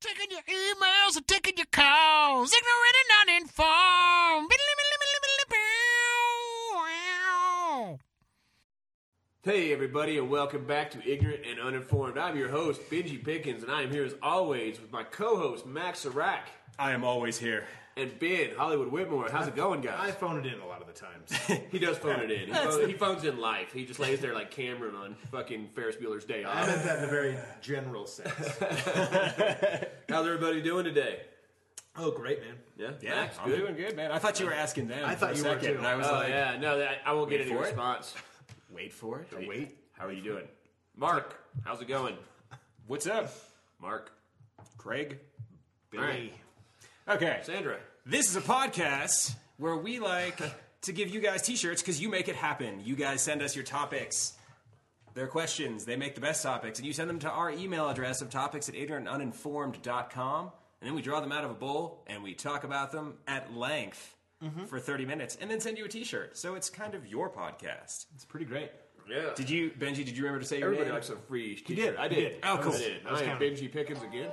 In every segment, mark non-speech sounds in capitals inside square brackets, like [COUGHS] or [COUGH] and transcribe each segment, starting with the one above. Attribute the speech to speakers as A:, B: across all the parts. A: Taking your emails and taking your calls. Ignorant and uninformed.
B: Hey, everybody, and welcome back to Ignorant and Uninformed. I'm your host, Benji Pickens, and I am here as always with my co host, Max Serac,
C: I am always here.
B: and Ben Hollywood Whitmore. How's it going,
D: I
B: guys?
D: phone it in a lot of the times.
C: [LAUGHS]
B: He does phone it in. He, phone, he phones in live. He just lays there like Cameron on fucking Ferris Bueller's Day
D: I
B: Off.
D: meant that in a very general sense.
B: How's everybody doing today?
D: oh, great, man.
B: Yeah, Max,
C: I'm
B: good.
C: doing good, man. I thought you were asking them.
D: I thought
C: for a
D: you were,
C: second,
D: too.
C: And I was
B: Oh
C: like,
B: yeah, no, that, I won't get
C: Wait
B: any
C: for it?
B: response.
C: wait for it.
D: Wait.
B: How are you doing, Mark? How's it going,
C: What's up,
B: Mark?
C: Craig?
D: Billy.
B: right.
C: Okay.
B: Sandra?
C: This is a podcast where we like [LAUGHS] to give you guys t-shirts because you make it happen. You guys send us your topics, their questions. They make the best topics, and you send them to our email address of topics at ignorantuninformed.com. And then we draw them out of a bowl and we talk about them at length
D: Mm-hmm.
C: for 30 minutes and then send you a t-shirt. So it's kind of your podcast.
D: It's pretty great.
B: Yeah.
C: Did you, Benji, did you remember to say your
B: Everybody
C: name?
B: likes a free t-shirt.
D: did.
B: I
D: He
B: did.
D: did.
C: Oh, cool.
B: I did.
D: I was
B: I am
D: counting.
B: Benji Pickens again.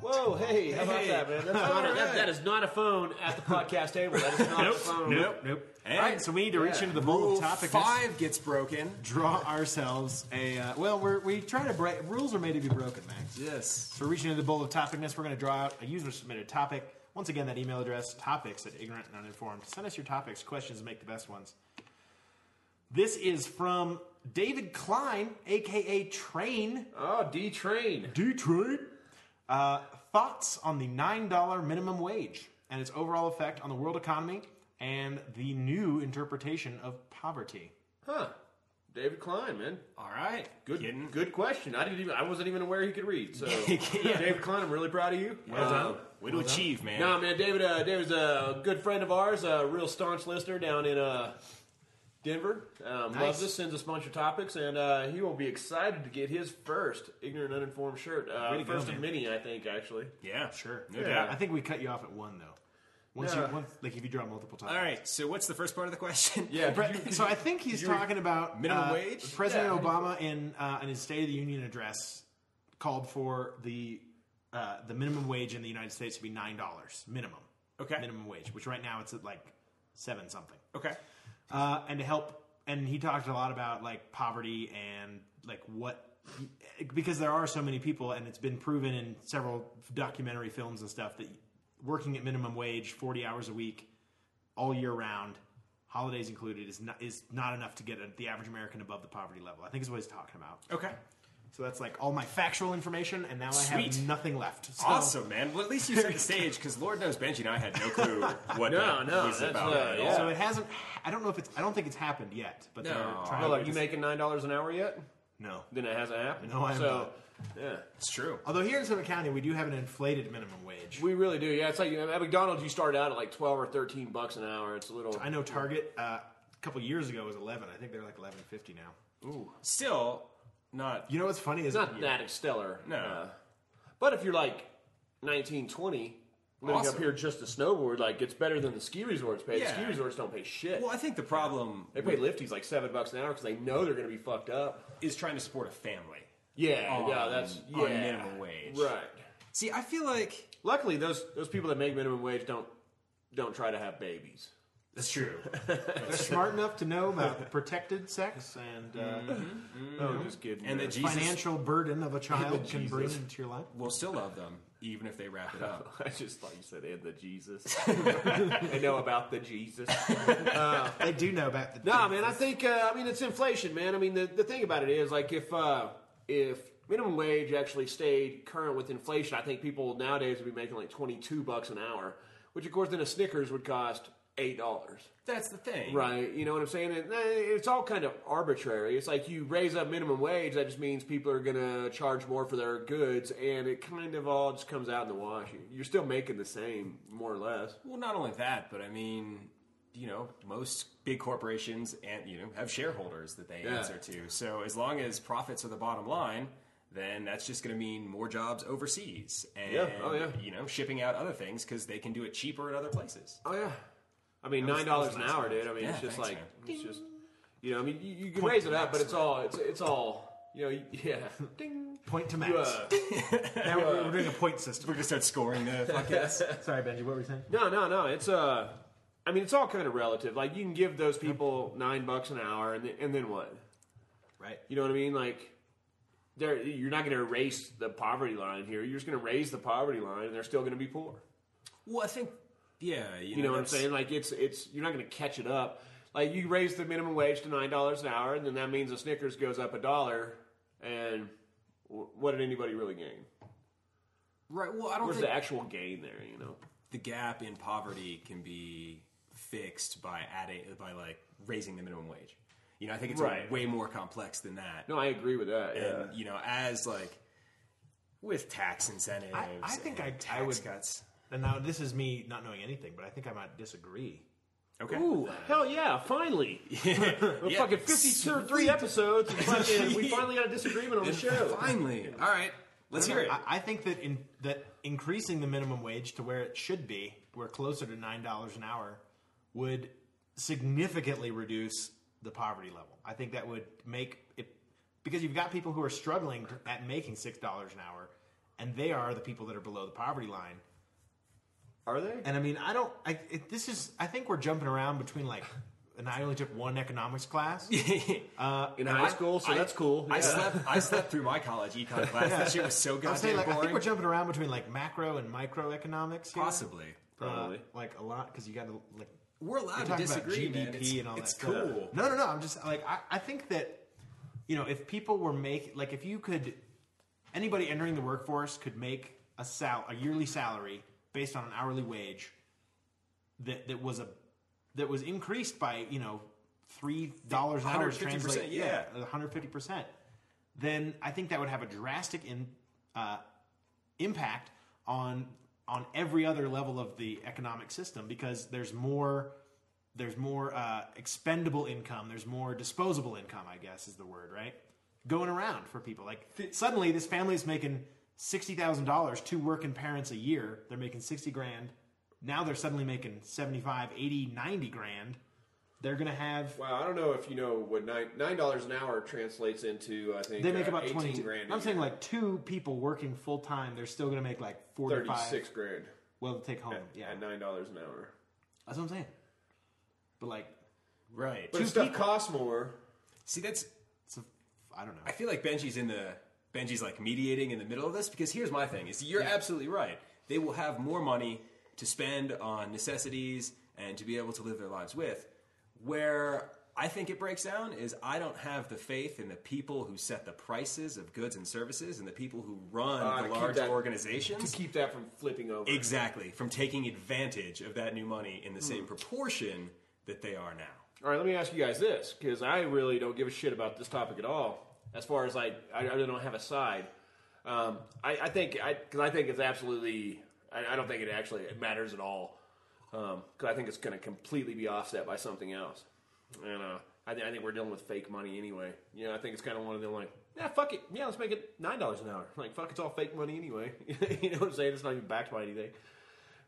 B: Whoa, hey, how
C: about that, man?
B: [LAUGHS] That's not a, that, that is not a phone at the podcast table. That is not a phone.
D: Nope, nope.
C: And-
D: Um, All right, so we need to reach
B: Yeah.
D: into the bowl
C: Rule
D: of topics.
C: five gets broken.
D: Draw ourselves a. Uh, well, we're, we try to break. Rules are made to be broken, Max.
C: Yes.
D: So, reaching into the bowl of topicness, we're going to draw out a user submitted topic. Once again, that email address, topics at ignorant and uninformed. Send us your topics, questions, and make the best ones. This is from David Klein, aka Train.
B: Oh, D Train.
D: D Train. Uh, thoughts on the $9 minimum wage and its overall effect on the world economy and the new interpretation of poverty.
B: Huh. David Klein, man.
C: All right.
B: Good,
C: Getting-
B: good question. I didn't even. I wasn't even aware he could read. [LAUGHS] So,
C: Yeah.
B: David Klein, I'm really proud of you.
C: Well done.
B: Um,
C: Way to achieve, man.
B: No, man, David. Uh, David's a good friend of ours, a real staunch listener down in uh, Denver. Um, Loves us, sends us a bunch of topics, and uh, he will be excited to get his first ignorant, uninformed shirt. Uh,
D: Way to go,
B: first of
D: man.
B: many, I think, actually.
C: Yeah.
D: Sure.
C: No
B: Yeah.
D: I
C: doubt.
D: think we cut you off at one, though. Once
B: Yeah.
D: you, once, like if you draw multiple times.
C: All right. So what's the first part of the question?
B: Yeah,
D: Bre-
B: could you-
D: [LAUGHS] so I think he's
B: you were-
D: talking about
C: Minimum
D: uh,
C: wage?
D: President
B: Yeah.
D: Obama in uh, in his State of the Union address called for the uh, the minimum wage in the United States to be nine dollars minimum.
C: Okay.
D: minimum wage, which right now it's at like seven something.
C: Okay.
D: Uh, and to help, and he talked a lot about like poverty and like what because there are so many people, and it's been proven in several documentary films and stuff that working at minimum wage, forty hours a week, all year round, holidays included, is not is not enough to get a, the average American above the poverty level. I think is what he's talking about.
C: Okay.
D: So that's like all my factual information, and now I
C: Sweet.
D: have nothing left. So,
C: Awesome, man. Well, at least you set the stage because Lord knows Benji and I had no clue what
B: No,
C: that
B: no,
C: was
B: that's
C: about.
B: not-
C: at
B: yeah.
C: all.
D: So it hasn't. I don't know if it's. I don't think it's happened yet. But
C: No.
D: they're trying.
B: Oh,
D: to
B: like you making nine dollars an hour yet?
D: no.
B: Then it hasn't happened.
D: No, I am
B: so, Yeah,
C: It's true.
D: Although here in Summit County, we do have an inflated minimum wage.
B: we really do. Yeah, it's like you know, at McDonald's, you start out at like twelve or thirteen bucks an hour. It's a little.
D: I know Target uh, a couple years ago was eleven. I think they're like eleven fifty now.
C: Still not.
D: You know what's funny is
B: It's not that stellar. uh,
C: No.
B: but if you're like 19, 20, living
C: Awesome.
B: up here just to snowboard, like it's better than the ski resorts pay. The
C: Yeah.
B: ski resorts don't pay shit.
C: Well, I think the problem
B: they pay lifties like seven bucks an hour because they know they're going to be fucked up.
C: is trying to support a family.
B: Yeah,
C: On-
B: yeah, that's
C: on
B: yeah,
C: minimum wage.
B: right?
C: See, I feel like
B: Luckily, those those people that make minimum wage don't don't try to have babies.
C: that's true.
D: they're smart enough to know
B: [LAUGHS]
D: about protected sex and uh,
B: Oh, just kidding.
C: and
B: man.
C: that Jesus
D: financial burden [LAUGHS] of a child can bring
B: Jesus.
D: into your life.
C: will still love them even if they wrap
B: [LAUGHS]
C: it up.
B: [LAUGHS] I just thought you said and the Jesus.
C: [LAUGHS]
B: [LAUGHS] I know about the Jesus.
D: They do know about the.
B: [LAUGHS] No, man, I think uh, I mean it's inflation, man. I mean the, the thing about it is like if uh, if minimum wage actually stayed current with inflation, I think people nowadays would be making like twenty two bucks an hour, which of course then a Snickers would cost eight dollars,
C: That's the thing.
B: right? You know what I'm saying? And uh, it's all kind of arbitrary. It's like you raise up minimum wage, that just means people are gonna charge more for their goods, and it kind of all just comes out in the wash. You're still making the same, more or less.
C: Well, not only that, but I mean, you know, most big corporations and you know have shareholders that they
B: Yeah.
C: answer to. So as long as profits are the bottom line, then that's just going to mean more jobs overseas and
B: Yeah. Oh, yeah.
C: you know shipping out other things because they can do it cheaper at other places.
B: Oh yeah. I mean,
D: was-
B: nine dollars
D: that was
B: an
D: nice,
B: hour,
D: man.
B: dude. I mean,
C: Yeah,
B: it's just
C: thanks,
B: like
C: man.
B: it's just you know. I mean, you, you can raise it up, but it's all it's it's all you know. you- [LAUGHS] Yeah. Ding.
D: Point to
B: You,
D: Max.
B: uh,
D: now we're, we're doing a point system.
C: We're gonna start scoring the podcast.
D: Sorry, Benji. What were you saying?
B: No, no, no. It's uh, I mean, it's all kind of relative. Like you can give those people nine bucks an hour, and th- and then what?
D: Right.
B: You know what I mean? Like, they're, you're not going to erase the poverty line here. You're just going to raise the poverty line, and they're still going to be poor.
C: well, I think, yeah, you know,
B: You know what I'm
C: that's-
B: saying? Like it's it's you're not going to catch it up. Like you raise the minimum wage to nine dollars an hour, and then that means the Snickers goes up a dollar. And w- what did anybody really gain?
C: Right. Well, I don't
B: Where's
C: think
B: the actual gain there? You know.
C: the gap in poverty can be fixed by adding by like raising the minimum wage. You know, I think it's
B: Right.
C: way more complex than that.
B: No, I agree with that. yeah.
C: And you know, as like with tax incentives,
D: I- I think
C: and
D: I- I
C: tax
D: would-
C: cuts.
D: And now this is me not knowing anything, but I think I might disagree.
C: Okay.
B: Ooh, hell yeah! Finally, [LAUGHS]
C: Yeah.
B: fucking fifty-three episodes, and [LAUGHS] fucking, we finally got a disagreement
C: [LAUGHS]
B: on the show.
C: Finally. All right. Let's hear it.
D: I, I think that in that increasing the minimum wage to where it should be, where closer to nine dollars an hour, would significantly reduce the poverty level. I think that would make it because you've got people who are struggling to, at making six dollars an hour, and they are the people that are below the poverty line.
B: Are they?
D: And I mean, I don't. I, it, this is. I think we're jumping around between like. And I only took one economics class.
C: [LAUGHS]
D: Uh,
B: In high school, so
C: I-
B: that's cool.
C: I
B: Yeah.
C: slept. I slept through my college econ class. That shit was so
D: I'm
C: goddamn
D: saying, like, I think
C: boring.
D: we're jumping around between like macro and microeconomics. here.
C: Possibly.
B: Probably.
D: Uh, like a lot because you got to like
C: We're
D: we're
C: allowed to
D: talking
C: disagree,
D: about GDP
C: man. It's,
D: and all
C: it's
D: that. stuff.
C: cool.
D: No, no, no. I'm just like I, I think that you know if people were make like if you could anybody entering the workforce could make a sal a yearly salary based on an hourly wage that that was a that was increased by you know three dollars an hour
C: 150%,
D: translate
C: yeah.
D: one hundred fifty percent then I think that would have a drastic in, uh, impact on on every other level of the economic system because there's more there's more uh, expendable income, there's more disposable income, I guess is the word, right? Going around for people. Like suddenly, this family is making sixty thousand dollars, two working parents a year. They're making sixty grand. Now they're suddenly making 75, 80, 90 grand. They're gonna have
B: Wow, I don't know if you know what nine nine dollars an hour translates into. I think
D: They make
B: uh,
D: about
B: 18
D: twenty.
B: grand. a
D: I'm saying
B: year.
D: like two people working full time. They're still going to make like four to five.
B: thirty-six grand
D: Well, to take home. Yeah,
B: at nine dollars an hour.
D: that's what I'm saying. But like,
C: Right.
B: But if stuff costs more.
C: See, that's.
D: it's a, I don't know.
C: I feel like Benji's in the Benji's like mediating in the middle of this because here's my thing: is you're absolutely right. They will have more money to spend on necessities and to be able to live their lives with. Where I think it breaks down is I don't have the faith in the people who set the prices of goods and services and the people who run
B: Uh, to
C: the
B: keep
C: large
B: that-
C: organizations.
B: To keep that from flipping over.
C: Exactly, from taking advantage of that new money in the same proportion that they are now.
B: All right, let me ask you guys this because I really don't give a shit about this topic at all. As far as like, I, I really don't have a side. Um, I, I think I because I think it's absolutely. I, I don't think it actually matters at all because I think it's going to completely be offset by something else. And uh, I, thi- I think we're dealing with fake money anyway. You know, I think it's kind of one of them like, yeah, fuck it, yeah, let's make it nine dollars an hour. Like, fuck, it's all fake money anyway. [LAUGHS] you know what I'm saying? It's not even backed by anything.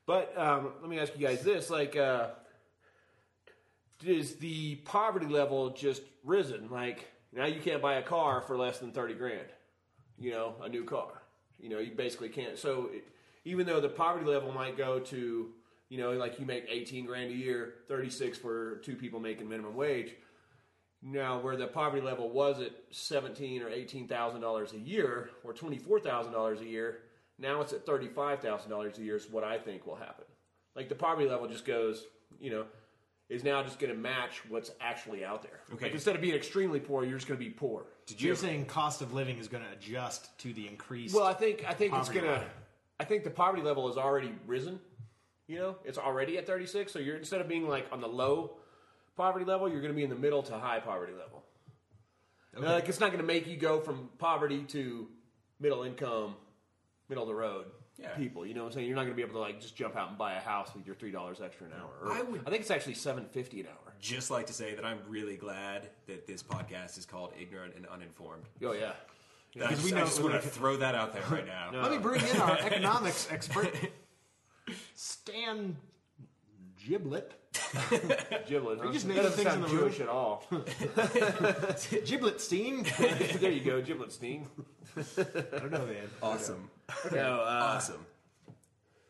B: But um, let me ask you guys this: like, uh, is the poverty level just risen? Like, now you can't buy a car for less than thirty grand. You know, a new car. You know, you basically can't. So, it, even though the poverty level might go to, you know, like you make eighteen grand a year, thirty six for two people making minimum wage. Now, where the poverty level was at seventeen or eighteen thousand dollars a year, or twenty four thousand dollars a year, now it's at thirty five thousand dollars a year. Is what I think will happen. Like the poverty level just goes, you know, is now just going to match what's actually out there.
C: Okay.
B: Like instead of being extremely poor, you're just going to be poor.
C: Did
D: You're
C: you?
D: saying cost of living is going to adjust to the increased.
B: Well, I think I think
D: Poverty
B: it's gonna.
D: level.
B: I think the poverty level has already risen. You know, it's already at 36. So you're instead of being like on the low poverty level, you're gonna be in the middle to high poverty level. Uh, Like it's not gonna make you go from poverty to middle income, middle of the road.
C: Yeah.
B: People, you know what I'm saying? You're not going to be able to like just jump out and buy a house with your three dollars extra an hour. Or-
C: I would-
B: I think it's actually seven fifty an hour.
C: Just like to say that I'm really glad that this podcast is called Ignorant and Uninformed.
B: Oh yeah,
C: I just,
D: we
C: I
D: know-
C: just want to throw that out there
D: [LAUGHS]
C: right now.
D: Let me bring
B: [LAUGHS] [LAUGHS]
D: in our economics expert, Stan Giblet.
B: Giblet. Huh?
D: just
B: That
D: made
B: doesn't
D: up things in
B: sound
D: the
B: Jewish at all. [LAUGHS]
D: Giblet steam.
B: there you go, Giblet
D: [LAUGHS]
B: Steam.
D: I don't know, man.
C: [LAUGHS] Awesome.
B: No, uh,
D: [LAUGHS]
C: Awesome.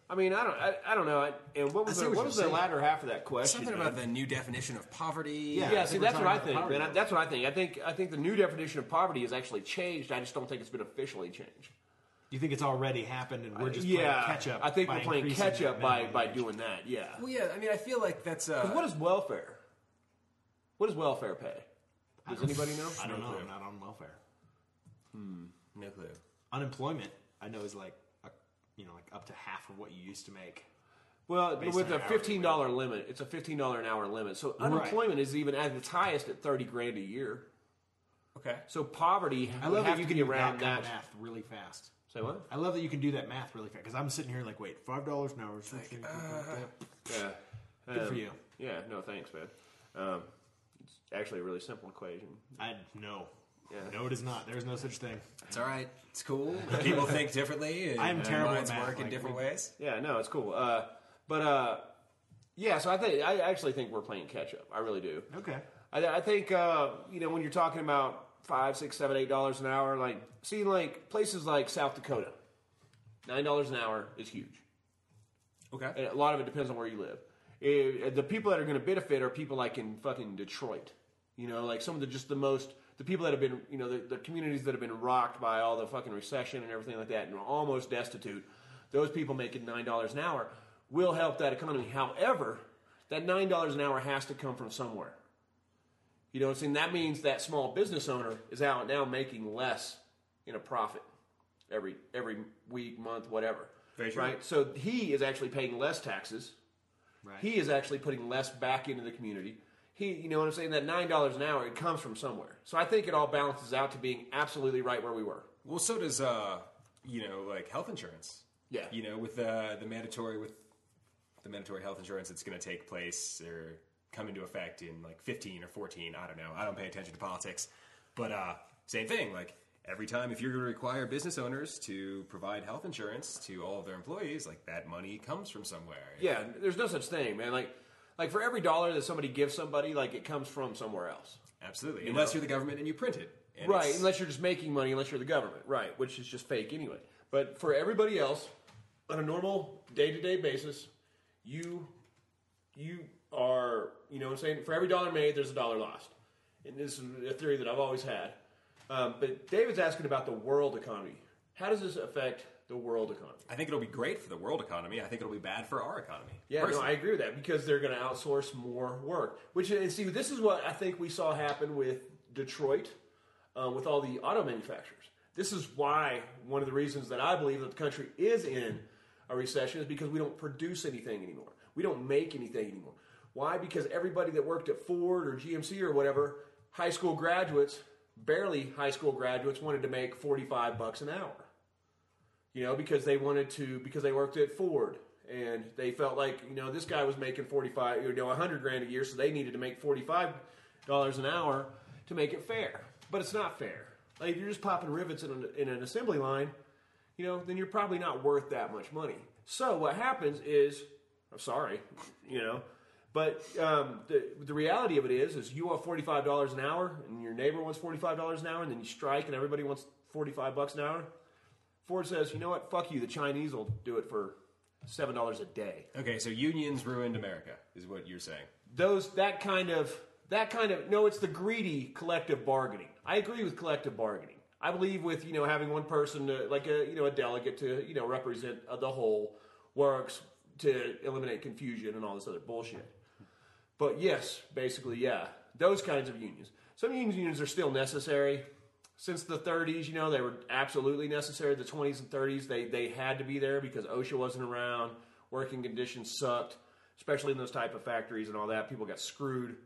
B: I mean, I don't, I, I don't know. I, and what was
C: see
B: the,
C: what
B: what
C: you're
B: was the
C: saying.
B: latter half of that question?
C: Something
B: man?
C: about the new definition of poverty.
D: Yeah.
B: Yeah,
D: I
B: see,
D: think we're
B: that's
D: talking
B: what I
D: about
B: think,
D: poverty
B: man. I-
D: now.
B: That's what I think. I think I think the new definition of poverty has actually changed. I just don't think it's been officially changed.
D: You think it's already happened, and we're just
B: yeah,
D: playing catch up?
B: I think
D: by
B: we're playing
D: increasing
B: catch
D: that
B: up by,
D: minimum
B: by
D: wage.
B: doing that. Yeah.
C: Well, Oh, yeah. I mean, I feel like that's uh,
B: What is welfare? What does welfare pay? Does anybody know?
D: I don't know.
C: clue.
D: I'm not on welfare.
C: no clue.
D: Unemployment, I know, is like a, you know, like up to half of what you used to make.
B: Well, with a
D: on an hourly
B: fifteen dollar limit, it's a fifteen dollar an hour limit. So unemployment is even at its highest at thirty grand a year.
C: Okay.
B: So poverty
D: I love
B: have
D: that you
B: to
D: can
B: be
D: do that
B: around
D: kind
B: that.
D: of math really fast.
B: Say what?
D: I love that you can do that math really fast because I'm sitting here like, wait, five dollars an hour.
B: Yeah.
D: Good for
B: Um,
D: you.
B: Yeah. No, thanks, man. Um, it's actually a really simple equation.
D: I no,
B: Yeah.
D: no, it is not. There is no such thing.
C: It's all right. It's
D: [LAUGHS]
C: cool. People think differently. And
D: I'm
C: their
D: terrible at
C: minds
D: math,
C: work in
D: like,
C: different ways.
B: Yeah, no, it's cool. Uh, but uh, yeah, so I think I actually think we're playing catch up. I really do.
D: Okay.
B: I, I think uh, you know when you're talking about five, six, seven, eight dollars an hour, like seeing like places like South Dakota, nine dollars an hour is huge.
C: Okay.
B: And a lot of it depends on where you live. Eh, the people that are going to benefit are people like in fucking Detroit. You know, like some of the just the most the people that have been you know the, the communities that have been rocked by all the fucking recession and everything like that and are almost destitute. Those people making nine dollars an hour will help that economy. However, that nine dollars an hour has to come from somewhere. You know what I'm saying? That means that small business owner is out now making less in a profit every every week, month, whatever.
C: Very true.
B: Right? So he is actually paying less taxes.
D: Right.
B: He is actually putting less back into the community. He, you know what I'm saying? That nine dollars an hour, it comes from somewhere. So I think it all balances out to being absolutely right where we were.
C: Well, so does uh, you know, like health insurance.
B: Yeah.
C: You know, with uh, the mandatory with the mandatory health insurance that's going to take place or come into effect in like 15 or 14. I don't know. I don't pay attention to politics, but uh, same thing. Like every time, if you're going to require business owners to provide health insurance to all of their employees, like that money comes from somewhere.
B: Yeah, there's no such thing, man. Like like for every dollar that somebody gives somebody, like it comes from somewhere else.
C: Absolutely. Unless you're the government and you print it. And
B: Right,
C: it's-
B: unless you're just making money, unless you're the government, right, which is just fake anyway. But for everybody else, on a normal day to day basis, you you are you know what I'm saying. For every dollar made, there's a dollar lost, and this is a theory that I've always had. Um, but David's asking about the world economy. How does this affect the world economy?
C: I think it'll be great for the world economy. I think it'll be bad for our economy.
B: Yeah, no,
C: personally.
B: I agree with that because they're going to outsource more work. Which and see, this is what I think we saw happen with Detroit, uh, with all the auto manufacturers. This is why one of the reasons that I believe that the country is in a recession is because we don't produce anything anymore. We don't make anything anymore. Why? Because everybody that worked at Ford or GMC or whatever, high school graduates, barely high school graduates, wanted to make forty-five bucks an hour you know, because they wanted to because they worked at Ford and they felt like you know this guy was making forty five you know hundred grand a year, so they needed to make forty five dollars an hour to make it fair. But it's not fair. Like if you're just popping rivets in an, in an assembly line, you know, then you're probably not worth that much money. So what happens is, I'm sorry, [LAUGHS] you know, but um, the the reality of it is, is you want forty five dollars an hour, and your neighbor wants forty five dollars an hour, and then you strike, and everybody wants forty five bucks an hour. Ford says, you know what, fuck you, the Chinese will do it for seven dollars a day.
C: Okay, so unions ruined America is what you're saying.
B: Those that kind of that kind of no, it's the greedy collective bargaining. I agree with collective bargaining. I believe with you know having one person uh, like a you know a delegate to you know represent uh, the whole works to eliminate confusion and all this other bullshit. But yes, basically, yeah, those kinds of unions. Some unions unions are still necessary. Since the 30s, you know, they were absolutely necessary. The 20s and 30s, they they had to be there because OSHA wasn't around. Working conditions sucked, especially in those type of factories and all that. People got screwed.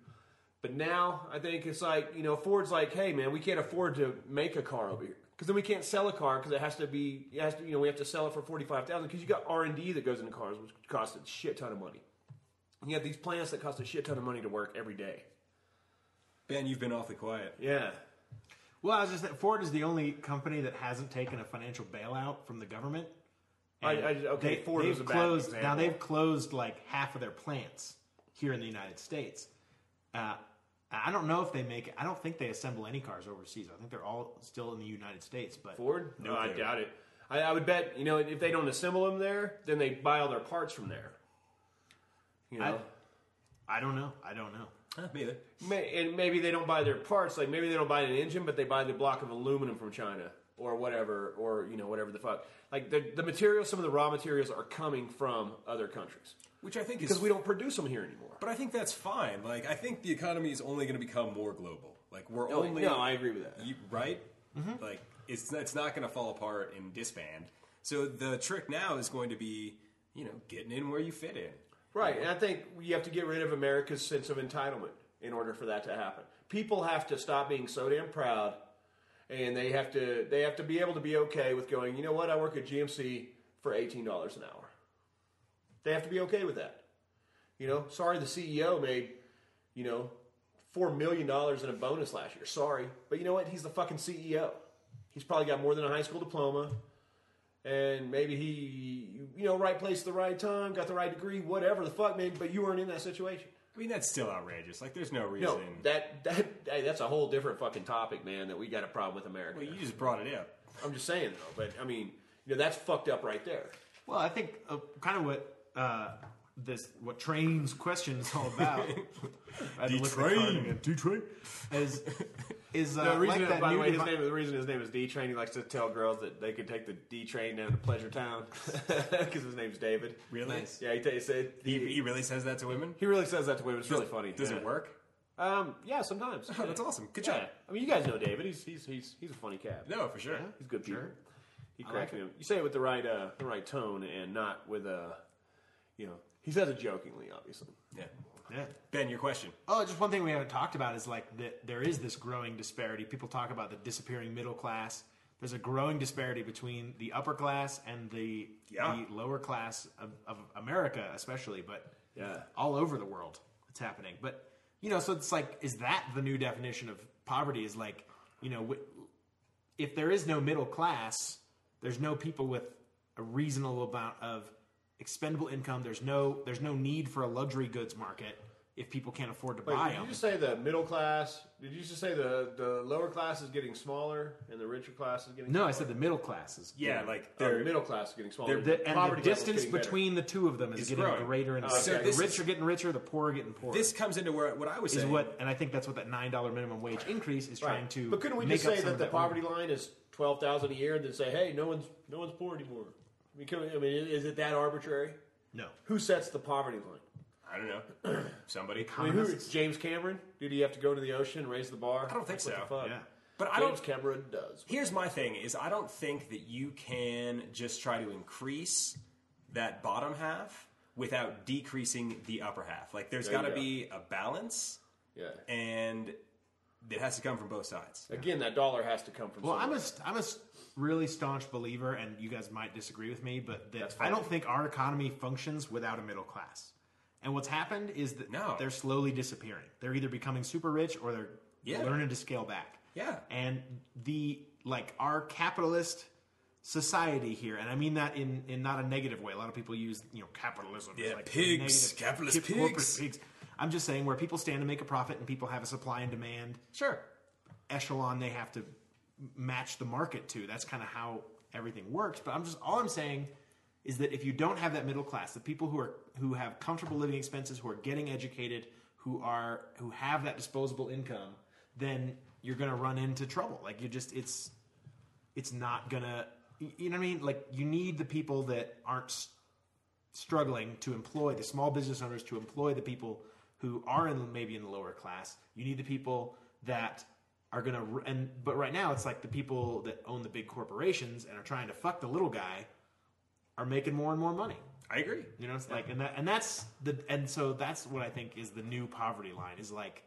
B: But now I think it's like you know Ford's like, hey man, we can't afford to make a car over here because then we can't sell a car because it has to be it has to you know we have to sell it for forty five thousand because you got R and D that goes into cars which costs a shit ton of money. You have these plants that cost a shit ton of money to work every day.
C: Ben, you've been awfully quiet.
B: Yeah.
D: Well, I was just that Ford is the only company that hasn't taken a financial bailout from the government.
B: I- I- okay, Ford
D: they've
B: is a bad
D: closed now.
B: example.
D: They've closed like half of their plants here in the United States. Uh, I don't know if they make. I don't think they assemble any cars overseas. I think they're all still in the United States. But
B: Ford? No, I
C: clue.
B: doubt it. I, I would bet you know if they don't assemble them there, then they buy all their parts from there. You
D: I,
B: know,
D: I don't know. I don't know.
C: Huh, me either.
B: May, and maybe they don't buy their parts. Like maybe they don't buy an engine, but they buy the block of aluminum from China or whatever, or you know whatever the fuck. Like the the materials, some of the raw materials are coming from other countries
C: Which I think is
B: because we don't produce them here anymore.
C: But I think that's fine. Like, I think the economy is only going to become more global. Like, we're
B: No,
C: only
B: no, I Mm-hmm. agree with that.
C: you, right. Like, it's it's not going to fall apart and disband. So the trick now is going to be, you know, getting in where you fit in.
B: Right, and I think you have to get rid of America's sense of entitlement in order for that to happen. People have to stop being so damn proud, and they have to they have to be able to be okay with going. You know what? I work at GMC for eighteen dollars an hour. They have to be okay with that. You know, sorry, the CEO made you know four million dollars in a bonus last year. Sorry, but you know what? He's the fucking CEO. He's probably got more than a high school diploma and maybe he, you know, right place at the right time, got the right degree, whatever the fuck, man. But you weren't in that situation.
C: I mean, that's still outrageous. Like, there's no reason.
B: No, that that hey, that's a whole different fucking topic, man. That we got a problem with America.
C: well, you just brought it up.
B: I'm just saying though, but I mean, you know, that's fucked up right there.
D: Well, I think uh, kind of what uh, this what trains question is all
B: [LAUGHS]
D: about. I had to look at the card again.
C: Detrain.
D: is is
B: [LAUGHS]
D: uh,
B: The reason,
D: like that
B: by the
D: new
B: way, his
D: devi-
B: name, the reason his name is D Train, he likes to tell girls that they can take the D Train down to Pleasure Town [LAUGHS] because his name's David.
C: Really?
D: Nice.
B: Yeah, he, t- he said
C: He,
B: he,
C: he really says that to women.
B: he really says that to women. It's really funny.
C: Does
B: yeah.
C: it work?
B: Um, yeah, sometimes.
C: Oh, [LAUGHS] that's awesome. Good
B: Yeah,
C: job.
B: I mean, you guys know David. He's he's he's he's a funny cat.
C: No, for sure.
B: He's good people. He cracks me up. You say it with the right uh, the right tone and not with a, you know, he says it jokingly, obviously.
C: Yeah.
D: Yeah.
C: Ben, your question.
D: Oh, just one thing we haven't talked about is like that there is this growing disparity. People talk about the disappearing middle class. There's a growing disparity between the upper class and the,
C: Yeah.
D: the lower class of, of America, especially, but
B: Yeah.
D: all over the world it's happening. But you know, so it's like, is that the new definition of poverty? Is like, you know, wi- if there is no middle class, there's no people with a reasonable amount of expendable income. There's no there's no need for a luxury goods market if people can't afford to buy
B: Wait, did
D: them.
B: you just say the middle class? Did you just say the, the lower class is getting smaller and the richer class is getting
D: No, I said the middle class is
C: Yeah, like
B: Oh, the
C: they're
B: middle class is getting smaller.
D: The- and the
B: poverty level's
D: distance
B: getting better.
D: between the two of them is, getting
C: growing.
D: greater and
B: okay.
D: so
B: So
D: the
C: this
D: rich
C: is-
D: are getting richer, the poor are getting poorer.
C: this comes into where what I was
D: is
C: saying.
D: what, and I think that's what that nine dollar minimum wage increase is
B: Right.
D: trying to.
B: But couldn't we
D: make
B: just
D: up
B: say
D: some
B: that
D: of
B: the poverty line is twelve thousand a year and then say, hey, no one's no one's poor anymore? I mean, can we- I mean, is it that arbitrary?
D: No,
B: Who sets the poverty line?
C: I don't know. [CLEARS THROAT] Somebody.
B: I mean, who is James Cameron? Dude, you have to go to the ocean, raise the bar? I
C: don't
B: what
C: think so.
B: The fuck?
D: yeah.
C: But I
B: James
C: don't.
B: Cameron does.
C: Here's my thing: is I don't think that you can just try to increase that bottom half without decreasing the upper half. Like, there's
B: There you
C: got to
B: go.
C: be a balance,
B: Yeah.
C: and it has to come from both sides.
B: Again, that dollar has to come from.
D: Well, I'm
B: somewhere.
D: a st- I'm a st- really staunch believer, and you guys might disagree with me, but that
B: That's fine.
D: I don't think our economy functions without a middle class. And what's happened is that
C: No.
D: they're slowly disappearing. They're either becoming super rich or they're
C: Yeah.
D: learning to scale back.
C: Yeah.
D: And the like our capitalist society here, and I mean that in in not a negative way. A lot of people use you know capitalism. as
C: Yeah,
D: like a
C: pigs,
D: negative-
C: capitalist
D: ki- corporate
C: pigs.
D: pigs. I'm just saying where people stand to make a profit and people have a supply and demand
C: Sure.
D: echelon they have to match the market to. That's kind of how everything works. But I'm just all I'm saying is that if you don't have that middle class, the people who are who have comfortable living expenses, who are getting educated, who are who have that disposable income, then you're going to run into trouble. Like you just it's it's not going to you know what I mean? Like you need the people that aren't s- struggling to employ the small business owners to employ the people who are in maybe in the lower class you need the people that are going to and but right now it's like the people that own the big corporations and are trying to fuck the little guy are making more and more money
C: I agree.
D: you know it's like and that and that's the and so that's what i think is the new poverty line is like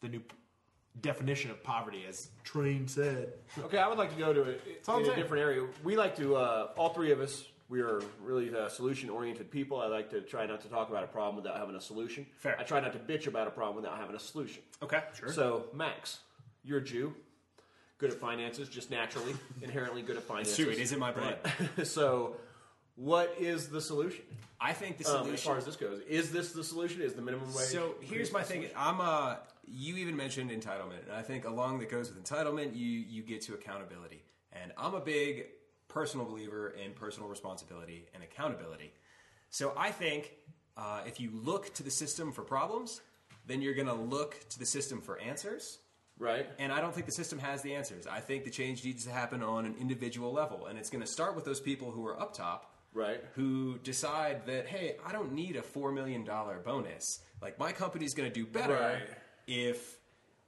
D: the new p- definition of poverty as train said
B: Okay, I would like to go to a,
D: all I'm
B: in a
D: saying.
B: different area. We like to, uh, all three of us, we are really uh, solution oriented people. I like to try not to talk about a problem without having a solution.
C: Fair.
B: I try not to bitch about a problem without having a solution.
C: Okay. Sure.
B: So, Max, you're a Jew, [LAUGHS] good at finances, just naturally, inherently good at finances.
C: Shoot, it is in my blood.
B: [LAUGHS] so, what is the solution?
C: I think the
B: Um,
C: solution
B: as far as this goes, is this the solution? Is the minimum wage?
C: So here's my thing. I'm uh you even mentioned entitlement, and I think along that goes with entitlement, you you get to accountability. And I'm a big personal believer in personal responsibility and accountability. So I think uh, if you look to the system for problems, then you're going to look to the system for answers.
B: right?
C: And I don't think the system has the answers. I think the change needs to happen on an individual level, and it's going to start with those people who are up top,
B: Right.
C: Who decide that hey, I don't need a four million dollar bonus. Like my company's going to do better
B: Right.
C: if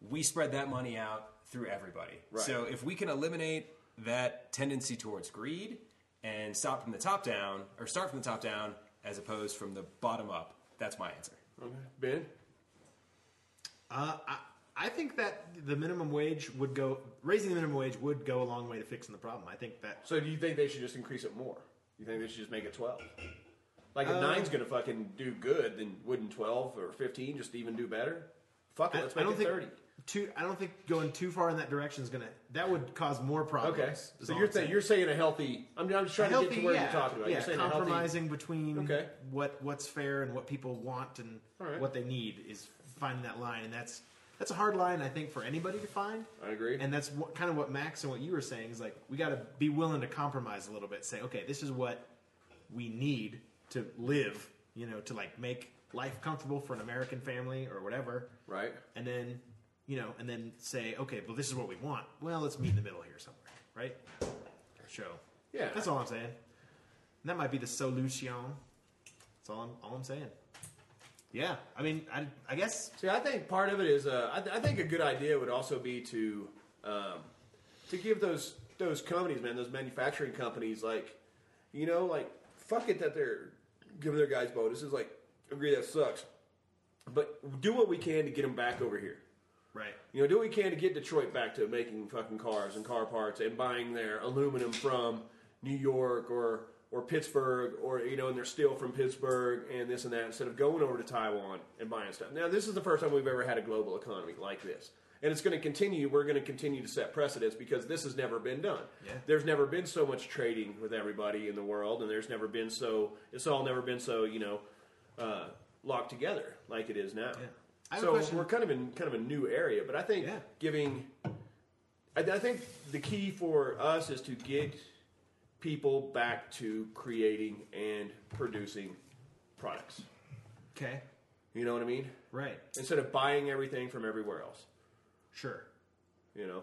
C: we spread that money out through everybody.
B: Right.
C: So if we can eliminate that tendency towards greed and stop from the top down, or start from the top down as opposed from the bottom up, that's my answer.
B: Okay. Ben,
D: Uh, I, I think that the minimum wage would go raising the minimum wage would go a long way to fixing the problem. I think that
B: so do you think they should just increase it more? You think they should just make it twelve? Like if
D: Uh,
B: nine's gonna fucking do good, then wouldn't twelve or fifteen just even do better? Fuck it,
D: I,
B: let's
D: I
B: make
D: don't
B: it
D: think
B: thirty.
D: too. I don't think going too far in that direction is gonna. That would cause more problems.
B: Okay,
D: is
B: so
D: all
B: you're
D: I'm
B: saying you're saying a healthy. I'm, I'm just trying to
D: healthy,
B: get to where
D: yeah,
B: you're talking about.
D: Yeah,
B: you're saying a healthy.
D: compromising between
B: Okay.
D: what what's fair and what people want and
B: Alright.
D: what they need is finding that line, and that's that's a hard line I think for anybody to find.
B: I agree.
D: and that's what, kind of what Max and what you were saying is like we got to be willing to compromise a little bit. Say, okay, this is what we need to live, you know, to like make life comfortable for an American family or whatever,
B: Right.
D: and then you know, and then say, okay, well, this is what we want. Well, let's meet in the middle here somewhere, right? Show.
B: Yeah.
D: That's all I'm saying. And that might be the solution. That's all I'm all I'm saying. Yeah, I mean, I, I guess
B: See, I think part of it is. Uh, I, th- I think a good idea would also be to um, to give those those companies, man, those manufacturing companies, like you know, like fuck it that they're giving their guys bonuses. Like, agree that sucks, but do what we can to get them back over here.
D: right.
B: You know, do what we can to get Detroit back to making fucking cars and car parts and buying their aluminum from New York or or Pittsburgh or you know, and their steel from Pittsburgh and this and that instead of going over to Taiwan and buying stuff. Now, this is the first time we've ever had a global economy like this. And it's going to continue. We're going to continue to set precedents because this has never been done.
D: Yeah.
B: There's never been so much trading with everybody in the world, and there's never been so. It's all never been so you know uh, locked together like it is now.
D: I have a
B: So
D: question.
B: we're kind of in kind of a new area, but I think
D: Yeah.
B: giving. I, I think the key for us is to get people back to creating and producing products.
D: Okay,
B: You know what I mean?
D: right,
B: Instead of buying everything from everywhere else.
D: sure.
B: You know.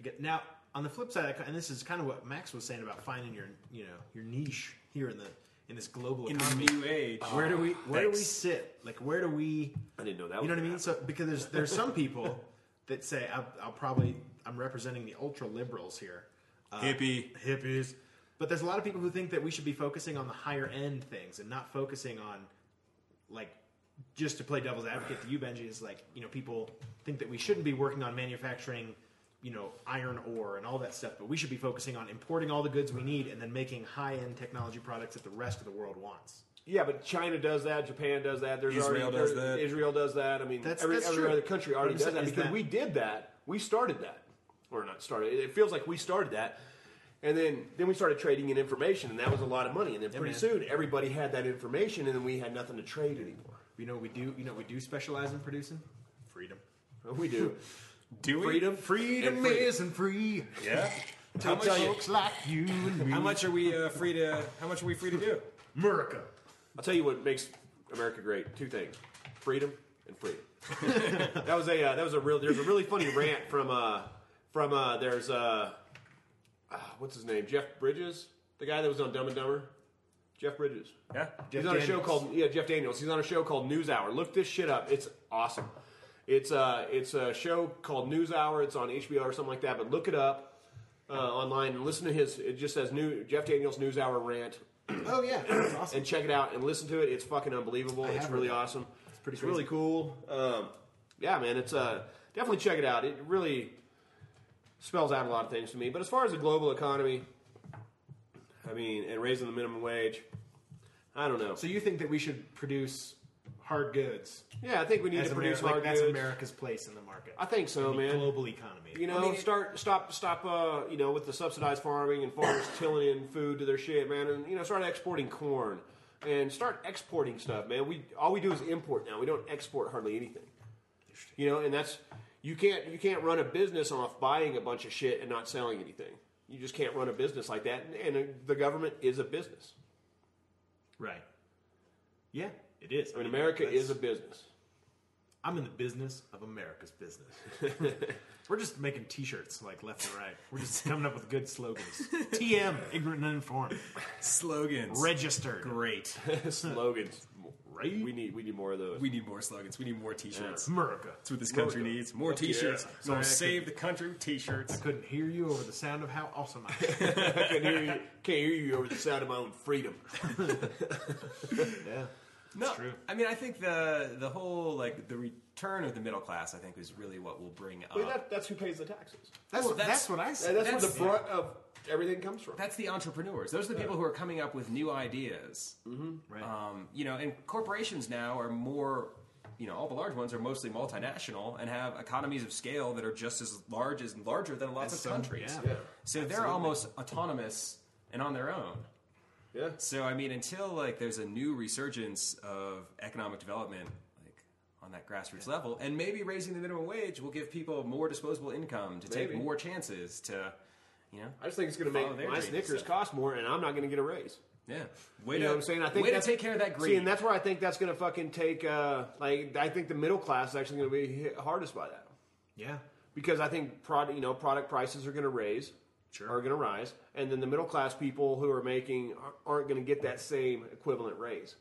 D: Again, Now, on the flip side, and this is kind of what Max was saying about finding your, you know, your niche here in the in this global
C: In
D: economy.
C: the new age,
D: where do we where do we
C: Thanks.
D: sit? Like, where do we?
B: I didn't know that.
D: You know
B: was
D: what I mean?
B: gonna
D: So because there's there's some people that say I'll, I'll probably I'm representing the ultra liberals here, uh,
C: Hippie.
D: hippies. But there's a lot of people who think that we should be focusing on the higher end things and not focusing on like just to play devil's advocate to you, Benji, is like you know people think that we shouldn't be working on manufacturing you know iron ore and all that stuff, but we should be focusing on importing all the goods we need and then making high end technology products that the rest of the world wants.
B: Yeah, but China does that. Japan does that. There's
C: Israel
B: already,
C: does
B: there-
C: that.
B: Israel does that. I mean,
D: That's-
B: every,
D: that's
B: every
D: true.
B: other country already
D: I'm
B: does
D: saying
B: that
D: is
B: because
D: that-
B: we did that. We started that, or not started. It feels like we started that, and then then we started trading in information, and that was a lot of money. And then pretty
D: man.
B: soon, everybody had that information, and then we had nothing to trade anymore.
D: You know what we do you know what we do specialize in producing freedom.
B: We
D: [LAUGHS]
B: do
C: do we?
B: freedom, freedom, freedom.
D: and free.
C: Yeah. How much,
B: tell you.
D: Folks like you and me.
C: how much are we uh, free to? How much are we free to do?
D: America.
B: I'll tell you what makes America great: two things, freedom and freedom. [LAUGHS] that was a uh, that was a real. There's a really funny rant from uh from uh there's uh, uh what's his name Jeff Bridges, the guy that was on Dumb and Dumber, Jeff Bridges.
C: Yeah.
B: He's on a show
D: Daniels.
B: called yeah Jeff Daniels. He's on a show called News Hour. Look this shit up. It's awesome. It's uh it's a show called News Hour. It's on HBO or something like that. But look it up. Uh, online and listen to his. It just says new Jeff Daniels News Hour rant
D: Oh yeah, that's awesome.
B: and check it out and listen to it. It's fucking unbelievable.
D: have
B: It's
D: heard
B: really
D: that.
B: awesome. It's
D: pretty
B: really cool. Um, yeah, man. It's uh, definitely check it out. It really spells out a lot of things to me. But as far as the global economy, I mean, and raising the minimum wage, I don't know.
D: so you think that we should produce hard goods.
B: Yeah, I think we need
D: As
B: to
D: Ameri-
B: produce
D: like,
B: hard
D: that's
B: goods.
D: America's place in the market.
B: I think so,
D: the
B: man.
D: global economy.
B: You know,
C: mean, it-
B: start stop stop uh, you know, with the subsidized farming and [COUGHS] farmers tilling in food to their shit, man, and you know, start exporting corn and start exporting stuff, man. We all we do is import now. We don't export hardly anything. You know, and that's you can't you can't run a business off buying a bunch of shit and not selling anything. You just can't run a business like that, and, and uh, the government is a business.
D: right? Yeah, it is.
B: I mean, America
D: that's-
B: is a business.
D: I'm in the business of America's business. We're just making T-shirts like left and right. We're just coming up with good slogans. TM, ignorant and informed,
C: Slogans.
D: registered.
C: Great.
B: Slogans,
D: Right?
B: We need we need more of [LAUGHS] those.
C: [LAUGHS] we need more slogans. We need more t-shirts.
D: America.
C: That's what this country
B: America.
C: needs. More
B: Fuck yeah.
C: t-shirts.
D: Sorry, I
C: More save the country with t-shirts.
D: Couldn't hear you over the sound of how awesome
B: [LAUGHS]
D: I am.
B: I can't hear you. Can't hear you over the sound of my own freedom.
D: yeah.
C: No,
D: true.
C: I mean, I think the the whole like the return of the middle class, I think, is really what will bring up.
B: I mean, that, that's who pays the taxes.
D: That's,
C: Well,
D: that's,
C: that's-
D: what I
B: That-
D: said.
B: That's, where
C: That's-
B: the brunt of everything comes from.
C: that's the entrepreneurs. Those are the people who are coming up with new ideas.
D: right.
C: Um, you know, and corporations now are more. You know, all the large ones are mostly multinational and have economies of scale that are just as large as larger than lots
D: As
C: of
D: some-
C: countries.
D: yeah.
B: yeah,
C: So they're almost autonomous and on their own.
B: yeah.
C: So I mean, until like there's a new resurgence of economic development, like on that grassroots level, and maybe raising the minimum wage will give people more disposable income to take
B: Maybe.
C: more chances to, you know,
B: I just think it's going to
C: Follow
B: make
C: their
B: my
C: dreams and
B: Snickers
C: stuff.
B: cost more, and I'm not going to get a raise.
C: yeah. Way
B: You
C: to,
B: know what I'm saying? I think
C: way to
B: that's-
C: take care of that greed.
B: See, and that's where I think that's going to fucking take. Uh, like, I think the middle class is actually going to be hit hardest by that
D: yeah.
B: because I think product, you know, product prices are going to raise,
D: Sure.
B: are going to rise, and then the middle class people who are making ar- aren't going to get that same equivalent raise.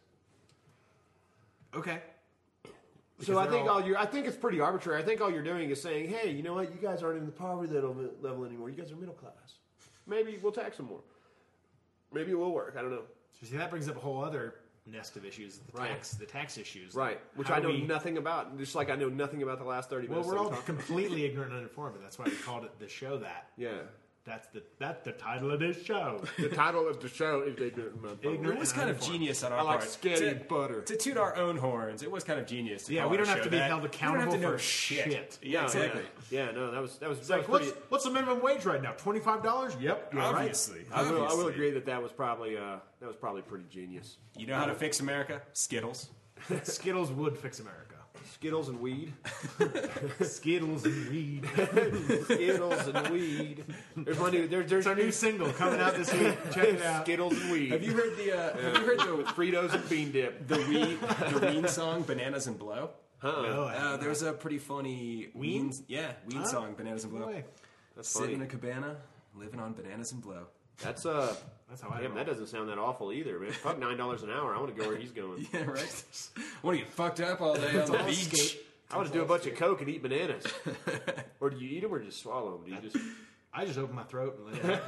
D: Okay.
B: So I
D: they're
B: think
D: all-
B: all you I think it's pretty arbitrary. I think all you're doing is saying, "Hey, you know what? You guys aren't in the poverty level, level anymore. You guys are middle class. Maybe we'll tax them more. Maybe it will work. I don't know.
D: So see, that brings up a whole other nest of issues. The
B: Right.
D: tax, the tax issues.
B: Right, which
D: How
B: I
D: do
B: know
D: we-
B: nothing about. Just like I know nothing about the last thirty
D: Well,
B: minutes.
D: we're
B: that
D: all
B: we talked.
D: completely ignorant and uninformed, and that's why we called it the show that.
B: yeah.
D: That's the that's the title of this
B: [LAUGHS]
D: show.
B: The title of the show is ignorant. Motherfucker.
D: Ignorant.
C: it was kind of
D: Uniform.
C: genius on our
B: I like
C: part
B: skinny
C: to,
B: butter.
C: to toot our own horns. It was kind of genius. To
D: Yeah,
C: call
D: we
C: our
D: don't have
C: show
D: to be
C: that.
D: held
C: We don't have
D: accountable
C: to know
D: for
C: shit.
D: shit.
B: Yeah,
C: Yeah, exactly.
B: Yeah. yeah, no, that was that was. that
D: Like,
B: was
D: what's,
B: pretty,
D: what's the minimum wage right now? Twenty five dollars. Yep. you're right.
C: Obviously,
B: I will, I will
C: obviously.
B: agree that that was probably uh, that was probably pretty genius.
C: You know how to fix America? Skittles.
D: Skittles would fix America.
B: Skittles and weed.
D: Skittles and weed.
B: [LAUGHS] Skittles and weed. There's my new. There, there's
D: It's our new single coming out this week.
B: [LAUGHS]
D: Check it out.
B: Skittles and weed.
C: Have you heard the? Uh, Have you heard the?
B: Fritos and bean dip.
C: the Ween, the Ween song, Bananas and Blow.
D: No, I-
C: Uh, there's a pretty funny
D: Ween?
C: yeah, Ween song, Bananas and
D: no
C: Blow.
D: way.
B: That's
C: Sitting in a
B: funny.
C: cabana, living on bananas and blow.
B: That's uh.
D: That's how I
B: Damn,
D: roll.
B: that doesn't sound that awful either, man. Fuck nine dollars an hour. I want to go where he's [LAUGHS] going.
C: Yeah, [LAUGHS] right. want to get fucked up all day on the beach?
B: I want to do a bunch of coke and eat [LAUGHS] bananas. or do you eat them or just swallow them? Do you just
D: I just open my throat and
C: [LAUGHS]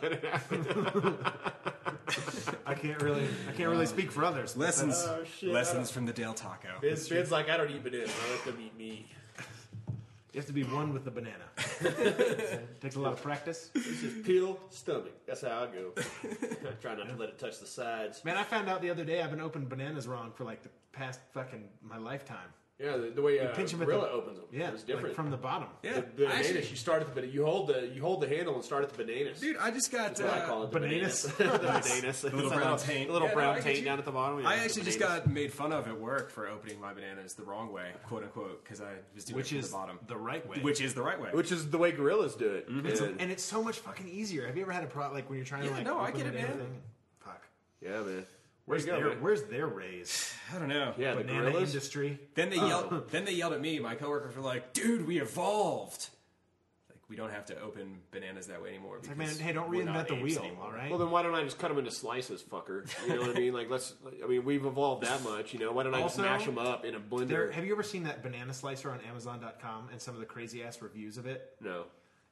D: let it out. [LAUGHS] I can't really, I can't really speak for others.
C: Lessons,
B: Oh, shit, I
C: lessons from the Del Taco.
B: It's, like I don't eat bananas. I let them eat me.
D: You have to be one with the
C: [LAUGHS]
D: banana. takes a lot of practice.
B: It's just peel stomach. That's how I [LAUGHS] go. I try not to let it touch the sides.
D: Man, I found out the other day I've been opening bananas wrong for like the past fucking my lifetime.
B: Yeah, the, the way uh,
D: pinch 'em at
B: Gorilla
D: the-
B: opens them.
D: Yeah,
B: it's different.
D: Like from the bottom.
C: Yeah,
B: the, the
C: I
B: bananas.
C: actually-
B: you start at the bana- you hold the you hold the handle and start at the bananas.
C: dude, I just got.
B: That's what I call
C: Uh,
B: it. The
D: bananas.
B: bananas. [LAUGHS] the bananas.
C: The little
B: It's a
C: brown taint.
B: The little
C: Yeah, no, I
B: brown
C: get
B: taint
C: you.
B: down at the bottom. yeah,
C: uh, I
B: the
C: actually just
B: bananas.
C: got made fun of at work for opening my bananas the wrong way, quote unquote, because I was doing
D: which
C: it from
D: is
C: the bottom,
D: the right way.
C: which is the right way.
B: which is the way gorillas do it. And-
D: and it's so much fucking easier. Have you ever had a pro like when you're trying to
C: Yeah,
D: like?
C: no, I
D: open
C: get
D: the
C: it,
D: banana
C: man.
D: thing? Fuck.
B: yeah, man. Where'd
D: Where's
B: you go,
D: their
B: man?
D: Where's their raise?
C: I don't know.
B: Yeah, the
D: Banana
B: gorillas.
D: industry.
C: Then
B: Oh.
C: they yelled. Then they yelled at me. My coworkers were like, "Dude, we evolved. Like we don't have to open bananas that way anymore." Because
D: Like, man, hey, don't
C: we're not
D: reinvent the
C: apes
D: wheel.
C: anymore."
D: All right.
B: Well, then why don't I just cut them into slices, fucker? You know what I mean? Like, let's. I mean, we've evolved that much. You know, why don't I just
D: Also,
B: mash them up in a
D: There,
B: blender?
D: have you ever seen that banana slicer on Amazon.com and some of the crazy ass reviews of it?
B: no,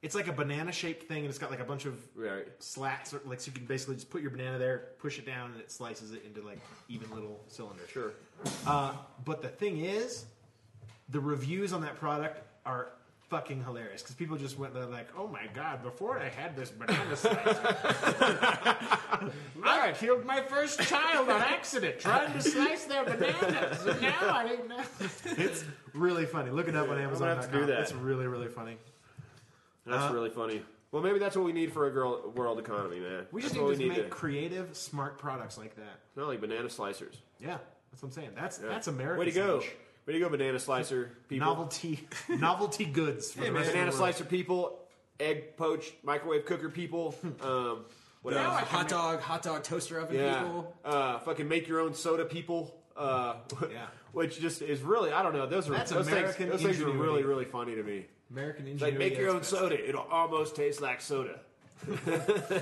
D: It's like a banana shaped thing, and it's got like a bunch of
B: right?
D: slats, or, like so you can basically just put your banana there, push it down, and it slices it into like even little cylinders.
B: Sure.
D: Uh, but the thing is, the reviews on that product are fucking hilarious because people just went there like, "Oh my god!" Before I had this banana slice, [LAUGHS] I killed my first child on accident trying to slice their bananas. And now I didn't know. [LAUGHS] It's really funny. Look it up on
B: gonna have to
D: Amazon.com.
B: do that.
D: It's really really funny.
B: That's really funny. Well, maybe that's what we need for a girl, world economy, man.
D: We just
B: that's
D: need
B: what
D: to make creative, smart products like that.
B: Not like banana slicers.
D: Yeah, that's what I'm saying. That's
B: Yeah.
D: that's American.
B: Way to go.
D: smash.
B: Way to go, banana slicer people.
D: Novelty, [LAUGHS] novelty goods. For the rest of the
B: banana
D: world.
B: slicer people, egg poach, microwave cooker
D: [LAUGHS]
B: people. Um, what
C: Uh,
B: else?
C: hot dog, hot dog toaster oven
B: Yeah.
C: people.
B: Uh, fucking make your own soda people. Uh, [LAUGHS]
D: Yeah.
B: Which just is really, I don't know. Those are
D: That's
B: those,
D: American
B: things, those things are
D: ingenuity.
B: really, really funny to me.
D: American
B: It's like
D: ingenuity.
B: make your
D: at
B: own
D: its best.
B: soda. It'll almost taste like soda. [LAUGHS]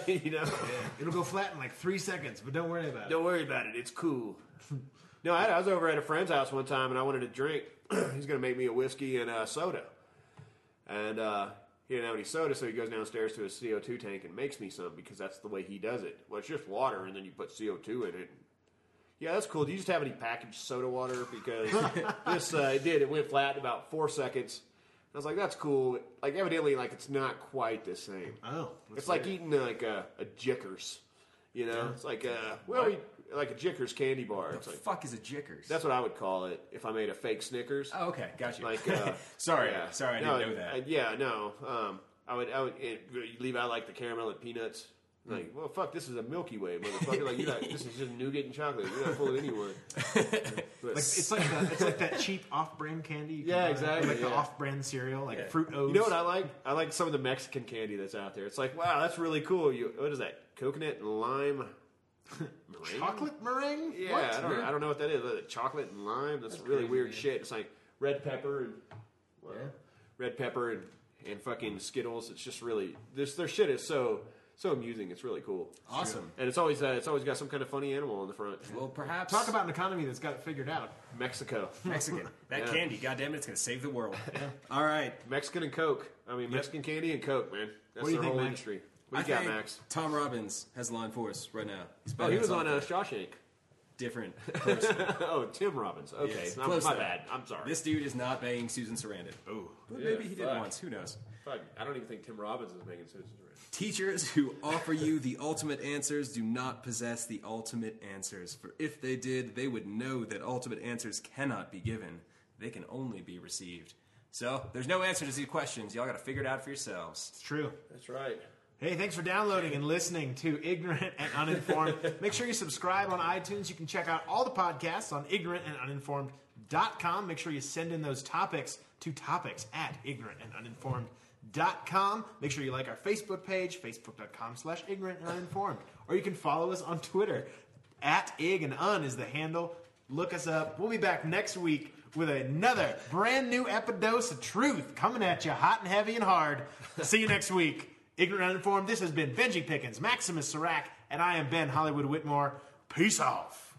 B: you know,
D: It'll go flat in like three seconds, but don't worry about it.
B: don't worry about it. It's cool. [LAUGHS] No, I, I was over at a friend's house one time and I wanted a drink. [CLEARS THROAT] He's gonna make me a whiskey and a soda, and uh, he didn't have any soda, so he goes downstairs to his CO two tank and makes me some because that's the way he does it. Well, it's just water and then you put CO two in it. Yeah, that's cool. Do you just have any packaged soda water?
D: [LAUGHS]
B: Because this uh, it did. It went flat in about four seconds. I was like, that's cool. Like evidently, like it's not quite the same.
D: Oh,
B: It's like eating uh, like a, a Jickers, you know. It's like a well, we, like a Jickers candy bar. It's
C: What
B: like
C: the fuck is a Jickers?
B: that's what I would call it if I made a fake Snickers.
C: oh, okay, got you. [LAUGHS]
B: Like, uh,
C: sorry,
B: yeah.
C: sorry, I
B: No,
C: didn't know that.
B: I- yeah, no. Um, I would, I would it, you leave out like the caramel and peanuts.
C: Hmm.
B: Like, well, fuck, this is a Milky Way, motherfucker. like, you're
C: [LAUGHS]
B: not, this is just nougat and chocolate. You're not fooling anyone. But-
D: Like, it's like that, it's like that cheap off-brand candy. You can
B: Yeah,
D: buy,
B: exactly,
D: Like the
B: yeah.
D: off-brand cereal, like
C: Yeah.
D: fruit oats.
B: You know what I like? I like some of the Mexican candy that's out there. It's like, wow, that's really cool. You, what is that? Coconut and lime. [LAUGHS]
D: Chocolate meringue?
B: Yeah,
D: What?
B: I, don't, I don't know what that is. Like, chocolate and lime. That's, really weird shit. It's like red pepper and well, red pepper and, and fucking Skittles. It's just really this their shit is so so amusing. It's really cool.
C: awesome.
B: And it's always uh, it's always got some kind of funny animal on the front.
C: Well, perhaps
D: Talk about an economy that's got it figured out.
B: Mexico,
C: [LAUGHS] Mexican. That
B: Yeah.
C: candy, goddamn it, it's gonna save
B: [LAUGHS]
C: the world. [LAUGHS] All right,
B: Mexican and Coke. I mean, Mexican candy and Coke, man. That's
D: What do you
B: their
D: think,
B: whole
D: Max?
B: industry. What
C: I
B: do you got,
C: think
B: Max?
C: Tom Robbins has law enforcement right now. He's
B: Oh, he was
C: better
B: on
C: than
B: uh,
C: Tom.
B: Shawshank. [LAUGHS]
C: different person.
B: oh, Tim Robbins. Okay,
C: Yes.
B: I'm-
C: Close
B: my
C: though.
B: bad. I'm sorry.
C: This dude is not banging Susan Sarandon. Oh, but
B: Yeah,
C: maybe he did
B: fuck.
C: once. Who knows?
B: Fuck, I don't even think Tim Robbins is making Citizens Arrest.
C: Teachers who offer you the ultimate answers do not possess the ultimate answers. For if they did, they would know that ultimate answers cannot be given; they can only be received. So there's no answer to these questions. Y'all got to figure it out for yourselves.
D: It's true.
B: That's right.
D: Hey, thanks for downloading and listening to Ignorant and Uninformed. Make sure you subscribe on iTunes. You can check out all the podcasts on ignorantanduninformed.com. Make sure you send in those topics to topics at ignorantanduninformed.com. Make sure you like our Facebook page, facebook.com slash ignorant and uninformed. Or you can follow us on Twitter. At ig and un is the handle. Look us up. We'll be back next week with another brand new epidose of truth coming at you hot and heavy and hard. See you next week. Ignorant and Uninformed, this has been Benji Pickens, Maximus Serac, and I am Ben Hollywood Whitmore. Peace off.